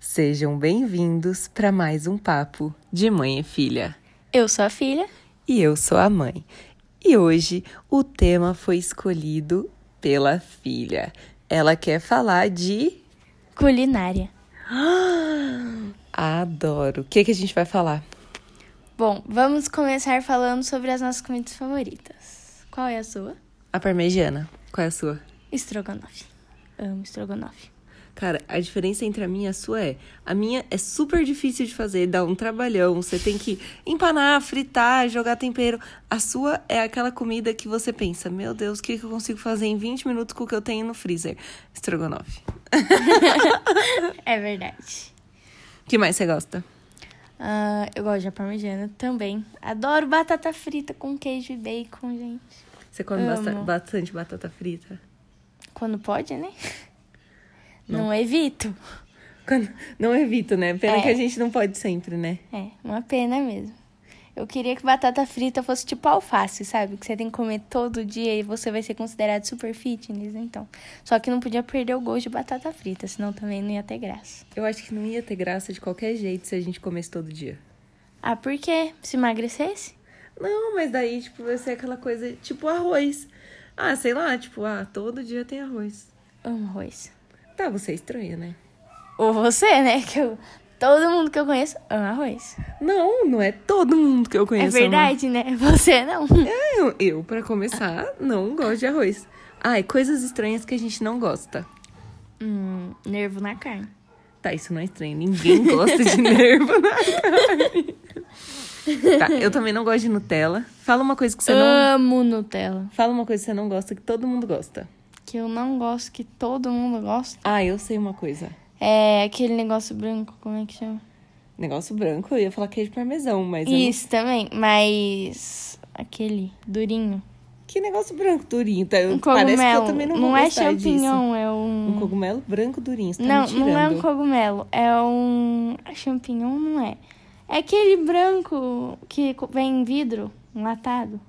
Sejam bem-vindos para mais um papo de mãe e filha. Eu sou a filha. E eu sou a mãe. E hoje o tema foi escolhido pela filha. Ela quer falar de Culinária. adoro. O que que a gente vai falar? Bom, vamos começar falando sobre as nossas comidas favoritas. Qual é a sua? A parmegiana. Qual é a sua? Estrogonofe. Amo estrogonofe. Cara, a diferença entre a minha e a sua é: a minha é super difícil de fazer, dá um trabalhão, você tem que empanar, fritar, jogar tempero. A sua é aquela comida que você pensa: meu Deus, o que que eu consigo fazer em 20 minutos com o que eu tenho no freezer? Estrogonofe. É verdade. O que mais você gosta? Ah, eu gosto de parmegiana também. Adoro batata frita com queijo e bacon, gente. Você come Amo. basta- bastante batata frita? Quando pode, né? Não, evito. Quando- Não evito, né? Pena É. que a gente não pode sempre, né? É, uma pena mesmo. Eu queria que batata frita fosse tipo alface, sabe? Que você tem que comer todo dia e você vai ser considerado super fitness, então. Só que não podia perder o gosto de batata frita, senão também não ia ter graça. Eu acho que não ia ter graça de qualquer jeito se a gente comesse todo dia. Ah, por quê? Se emagrecesse? Não, mas daí, tipo, vai ser aquela coisa, tipo, arroz. Ah, sei lá, tipo, ah, todo dia tem arroz. Amo arroz. Tá, você é estranha, né? Ou você, né? Que eu... Todo mundo que eu conheço ama arroz. Não, não é todo mundo que eu É conheço. verdade, né? Você não. amor. Eu, eu, pra começar, não gosto de arroz. Ai, coisas estranhas que a gente não gosta. Hum, nervo na carne. Tá, isso não é estranho. Ninguém gosta de nervo na carne. Tá, eu também não gosto de Nutella. Fala uma coisa que você não. Amo Nutella. Fala uma coisa que você não gosta que todo mundo gosta. Que eu não gosto, que todo mundo gosta. Ah, eu sei uma coisa. É aquele negócio branco, como é que chama? Negócio branco, eu ia falar queijo parmesão, mas. eu não- Isso também, mas aquele durinho. Que negócio branco durinho, tá? Eu- Um cogumelo. Parece que eu também não, vou é gostar disso. champignon, é um. Um cogumelo branco durinho, você tá não, me tirando. não é um cogumelo, é um é champignon, não é? É aquele branco que co- vem em vidro, enlatado.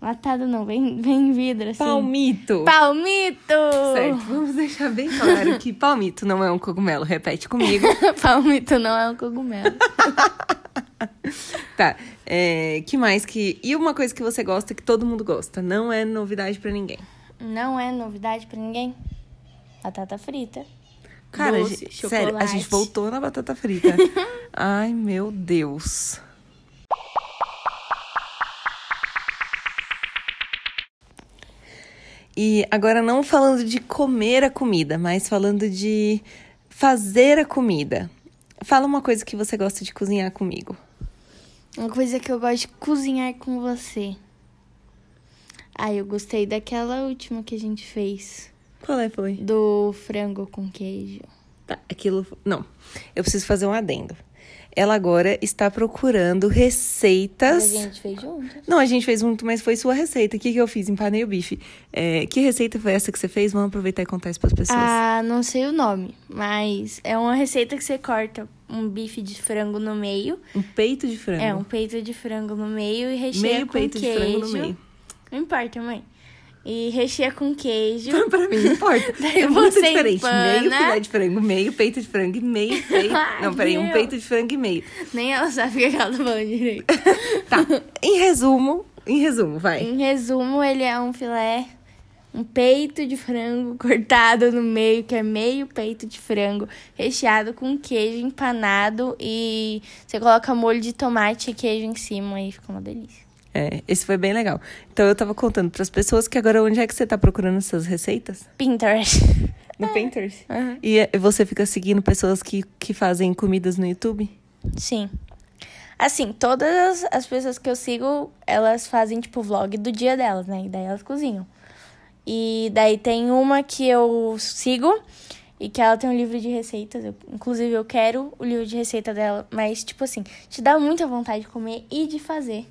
Latado não, vem, vem em vidro assim. Palmito. Palmito. Certo, vamos deixar bem claro que palmito não é um cogumelo. Repete comigo. Palmito não é um cogumelo. Tá. É, que mais que. E uma coisa que você gosta que todo mundo gosta. Não é novidade pra ninguém. não é novidade pra ninguém. Batata frita. Cara, Doce, gente, chocolate. sério, a gente voltou na batata frita. Ai, meu Deus. E agora não falando de comer a comida, mas falando de fazer a comida. Fala uma coisa que você gosta de cozinhar comigo. Uma coisa que eu gosto de cozinhar com você. Ah, eu gostei daquela última que a gente fez. Qual é, foi? Do frango com queijo. Tá, aquilo. Não, eu preciso fazer um adendo. Ela agora está procurando receitas. A gente fez junto. Não, a gente fez muito, mas foi sua receita. O que, que eu fiz? Empanei o bife. É, que receita foi essa que você fez? Vamos aproveitar e contar isso pras pessoas. Ah, não sei o nome, mas é uma receita que você corta um bife de frango no meio. Um peito de frango. É, um peito de frango no meio e recheia Meio com peito de queijo. frango no meio. Não importa, mãe. E recheia com queijo. pra mim, não importa. Daí é muito você diferente. Meio empana. filé de frango, meio peito de frango e meio peito. Ai, não, peraí, um meu. peito de frango e meio. Nem ela sabe o que ela tá falando direito. Tá. em resumo, em resumo, vai. Em resumo, ele é um filé, um peito de frango cortado no meio, que é meio peito de frango, recheado com queijo empanado e você coloca molho de tomate e queijo em cima e fica uma delícia. É, esse foi bem legal. Então eu tava contando pras pessoas que agora onde é que você tá procurando essas receitas? Pinterest. No Ah. Painters? E é, você fica seguindo pessoas que, que fazem comidas no YouTube? Sim. Assim, todas as pessoas que eu sigo, elas fazem, tipo, vlog do dia delas, né? E daí elas cozinham. E daí tem uma que eu sigo e que ela tem um livro de receitas. Eu- inclusive, eu quero o livro de receita dela. Mas, tipo assim, te dá muita vontade de comer e de fazer.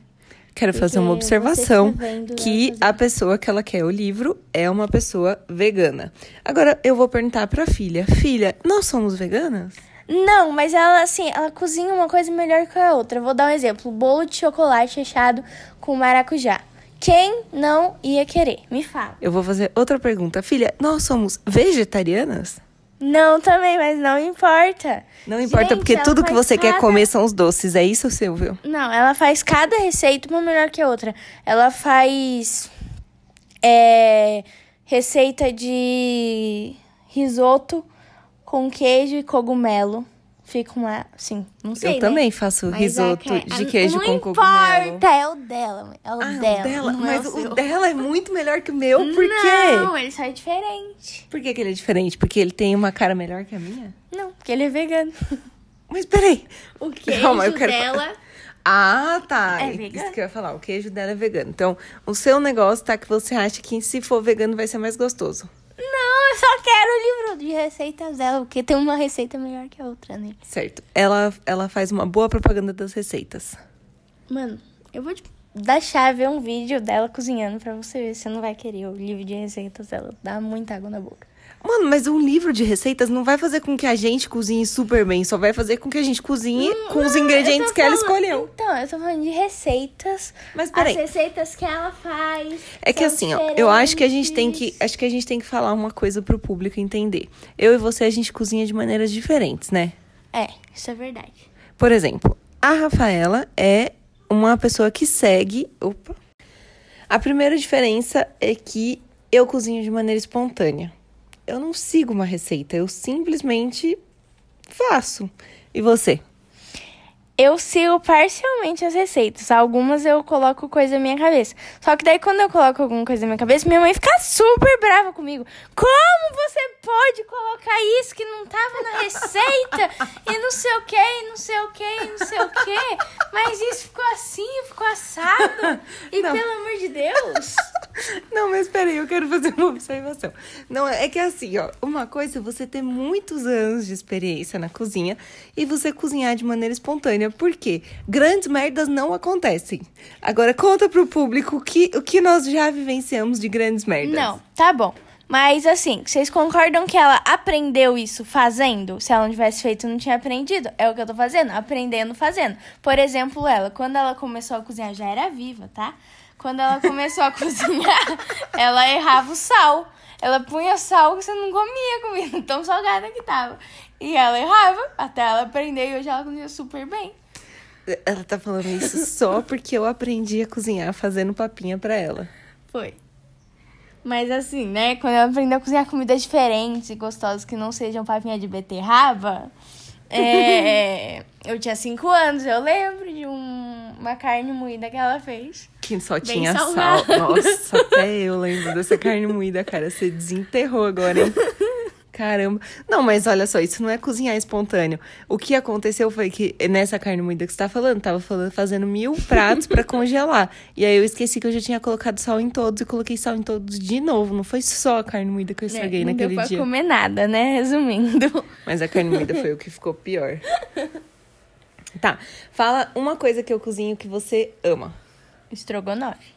Quero Porque fazer uma você observação fica vendo né, que ela fazer. a pessoa que ela quer o livro é uma pessoa vegana. Agora eu vou perguntar pra filha, filha, nós somos veganas? Não, mas ela, assim, ela cozinha uma coisa melhor que a outra. Eu Vou dar um exemplo. Bolo de chocolate recheado com maracujá. Quem não ia querer? Me fala. Eu vou fazer outra pergunta, filha, nós somos vegetarianas? Não também, mas não importa. Não importa, Gente, porque ela tudo que faz você quer cada- comer são os doces. É isso, Silvio? Não, ela faz cada receita uma melhor que a outra. Ela faz é, receita de risoto com queijo e cogumelo. Fica uma, assim, não sei, Eu né? também faço Mas risoto é que- de queijo não com cogumelo. Não importa, é o dela, mãe. é o Ah, o dela, dela. não Mas é o, seu. o dela é muito melhor que o meu. Por quê? Não, ele sai diferente. Por que, que ele é diferente? Porque ele tem uma cara melhor que a minha? Não, porque ele é vegano. Mas peraí. O queijo Calma, eu quero- dela... Ah, tá. É Isso vegano. que eu ia falar. O queijo dela é vegano. Então, o seu negócio tá que você acha que se for vegano vai ser mais gostoso. Não, eu só quero o livro de receitas dela, porque tem uma receita melhor que a outra, né? Certo. Ela, ela faz uma boa propaganda das receitas. Mano, eu vou te deixar ver um vídeo dela cozinhando pra você ver. Você não vai querer o livro de receitas dela. Dá muita água na boca. Mano, mas um livro de receitas não vai fazer com que a gente cozinhe super bem. Só vai fazer com que a gente cozinhe com os Hum, Eu ingredientes tô que ela falando- escolheu. Então, eu tô falando de receitas. Mas peraí. As receitas que ela faz. É que são assim, ó, eu acho que a gente tem que, diferentes. acho que a gente tem que falar uma coisa pro público entender. Eu e você a gente cozinha de maneiras diferentes, né? É, isso é verdade. Por exemplo, a Rafaela é uma pessoa que segue, opa. A primeira diferença é que eu cozinho de maneira espontânea. Eu não sigo uma receita, eu simplesmente faço. E você? Eu sigo parcialmente as receitas. Algumas eu coloco coisa na minha cabeça. Só que daí quando eu coloco alguma coisa na minha cabeça, minha mãe fica super brava comigo. Como você pode colocar isso que não tava na receita? E não sei o que, e não sei o que, e não sei o que. Mas isso ficou assim, ficou assado. E Não. pelo amor de Deus. Não, mas peraí, eu quero fazer uma observação. Não, é que assim, ó, uma coisa é você ter muitos anos de experiência na cozinha e você cozinhar de maneira espontânea. Por quê? Grandes merdas não acontecem. Agora conta pro público o que, o que nós já vivenciamos de grandes merdas. Não, tá bom. Mas assim, vocês concordam que ela aprendeu isso fazendo? Se ela não tivesse feito, não tinha aprendido. É o que eu tô fazendo, aprendendo fazendo. Por exemplo, ela, quando ela começou a cozinhar, já era viva, tá? Quando ela começou a cozinhar, ela errava o sal. Ela punha sal que você não comia a comida, tão salgada que tava. E ela errava, até ela aprender e hoje ela cozinha super bem. Ela tá falando isso só porque eu aprendi a cozinhar fazendo papinha pra ela. Foi. Mas assim, né? Quando eu aprendo a cozinhar comidas diferentes e gostosas que não sejam papinha de beterraba, é, eu tinha cinco anos, eu lembro de um- uma carne moída que ela fez. Que só Bem tinha sal. salgada. Nossa, até eu lembro dessa carne moída, cara. Você desenterrou agora, hein? Caramba. Não, mas olha só, isso não é cozinhar espontâneo. O que aconteceu foi que nessa carne moída que você tá falando, tava falando, fazendo mil pratos pra congelar. E aí eu esqueci que eu já tinha colocado sal em todos e coloquei sal em todos de novo. Não foi só a carne moída que eu estraguei É, Né, não naquele deu pra dia. comer nada, né? Resumindo. Mas a carne moída foi o que ficou pior. Tá. Fala uma coisa que eu cozinho que você ama. Estrogonofe.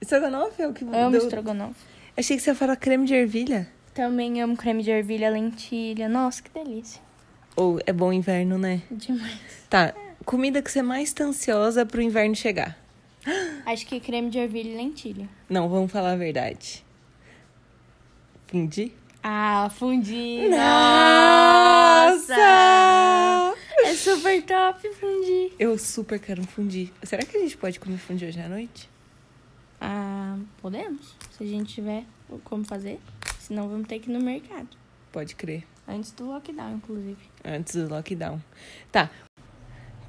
Estrogonofe é o que Amo do- estrogonofe. Achei que você ia falar creme de ervilha. Também amo creme de ervilha, lentilha. Nossa, que delícia. Ou é bom inverno, né? Demais. Tá. Comida que você mais tá ansiosa pro inverno chegar. Acho que creme de ervilha e lentilha. Não, vamos falar a verdade. Fundi? Ah, fundi. Nossa! É super top, fundi. Eu super quero um fundi. Será que a gente pode comer fundi hoje à noite? Ah, podemos. Se a gente tiver como fazer. Senão vamos ter que ir no mercado. Pode crer. Antes do lockdown, inclusive. Antes do lockdown. Tá.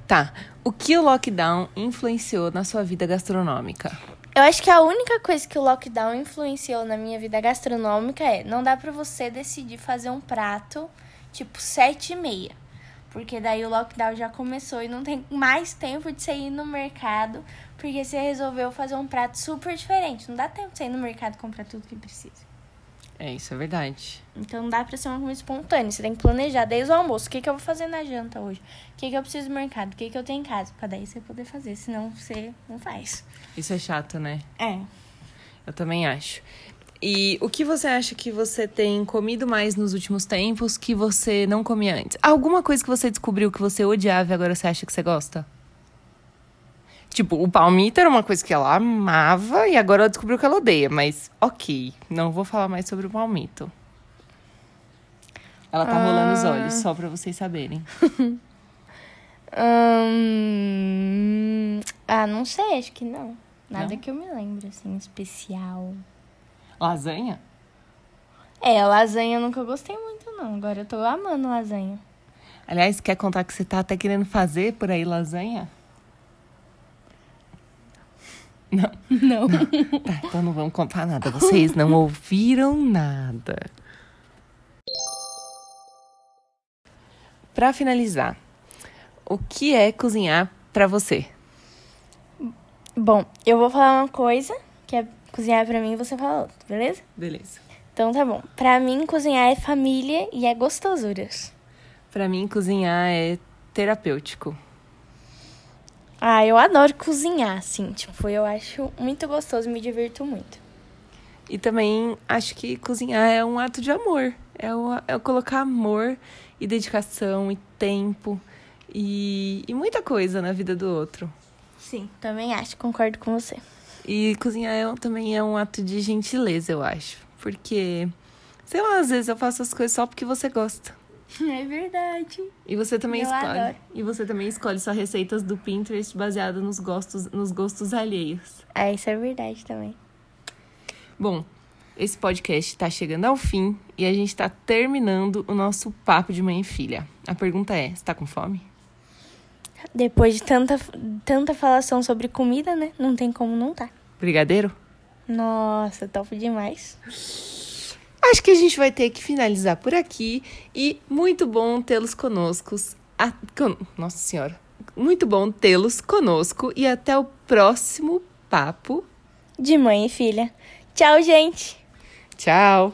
Tá. O que o lockdown influenciou na sua vida gastronômica? Eu acho que a única coisa que o lockdown influenciou na minha vida gastronômica é não dá pra você decidir fazer um prato tipo sete e meia. Porque daí o lockdown já começou e não tem mais tempo de você ir no mercado. Porque você resolveu fazer um prato super diferente. Não dá tempo de você ir no mercado e comprar tudo que precisa. É, isso é verdade. Então não dá pra ser uma comida espontânea. Você tem que planejar desde o almoço. O que, que eu vou fazer na janta hoje? O que, que eu preciso do mercado? O que, que eu tenho em casa? Pra daí você poder fazer. Senão você não faz. Isso é chato, né? É. Eu também acho. E o que você acha que você tem comido mais nos últimos tempos que você não comia antes? Alguma coisa que você descobriu que você odiava e agora você acha que você gosta? Tipo, o palmito era uma coisa que ela amava e agora ela descobriu que ela odeia, mas ok, não vou falar mais sobre o palmito. Ela tá rolando os olhos, só pra vocês saberem. Hum, Ah, não sei, acho que não. Nada Não? que eu me lembro, assim, especial. Lasanha? É, lasanha eu nunca gostei muito, não. Agora eu tô amando lasanha. Aliás, quer contar que você tá até querendo fazer por aí lasanha? Não. Não. Tá, então não vamos contar nada. Vocês não ouviram nada. Pra finalizar, o que é cozinhar pra você? Bom, eu vou falar uma coisa, que é cozinhar pra mim e você fala outra, beleza? Beleza. Então tá bom. Pra mim, cozinhar é família e é gostosuras. Pra mim, cozinhar é terapêutico. Ah, eu adoro cozinhar, assim. Tipo, eu acho muito gostoso, me divirto muito. E também acho que cozinhar é um ato de amor. É, o, é colocar amor e dedicação e tempo e, e muita coisa na vida do outro. Sim. Também acho, concordo com você. E cozinhar é um- também é um ato de gentileza, eu acho. Porque, sei lá, às vezes eu faço as coisas só porque você gosta. É verdade. E você também Eu escolhe. adoro. E você também escolhe suas receitas do Pinterest baseada nos gostos, nos gostos alheios. Ah, isso é verdade também. Bom, esse podcast está chegando ao fim e a gente está terminando o nosso papo de mãe e filha. A pergunta é: você tá com fome? Depois de tanta, tanta falação sobre comida, né? Não tem como não tá. Brigadeiro? Nossa, top demais. Acho que a gente vai ter que finalizar por aqui e muito bom tê-los conosco. a- con- Nossa Senhora. Muito bom tê-los conosco e até o próximo papo. De mãe e filha. Tchau, gente! Tchau!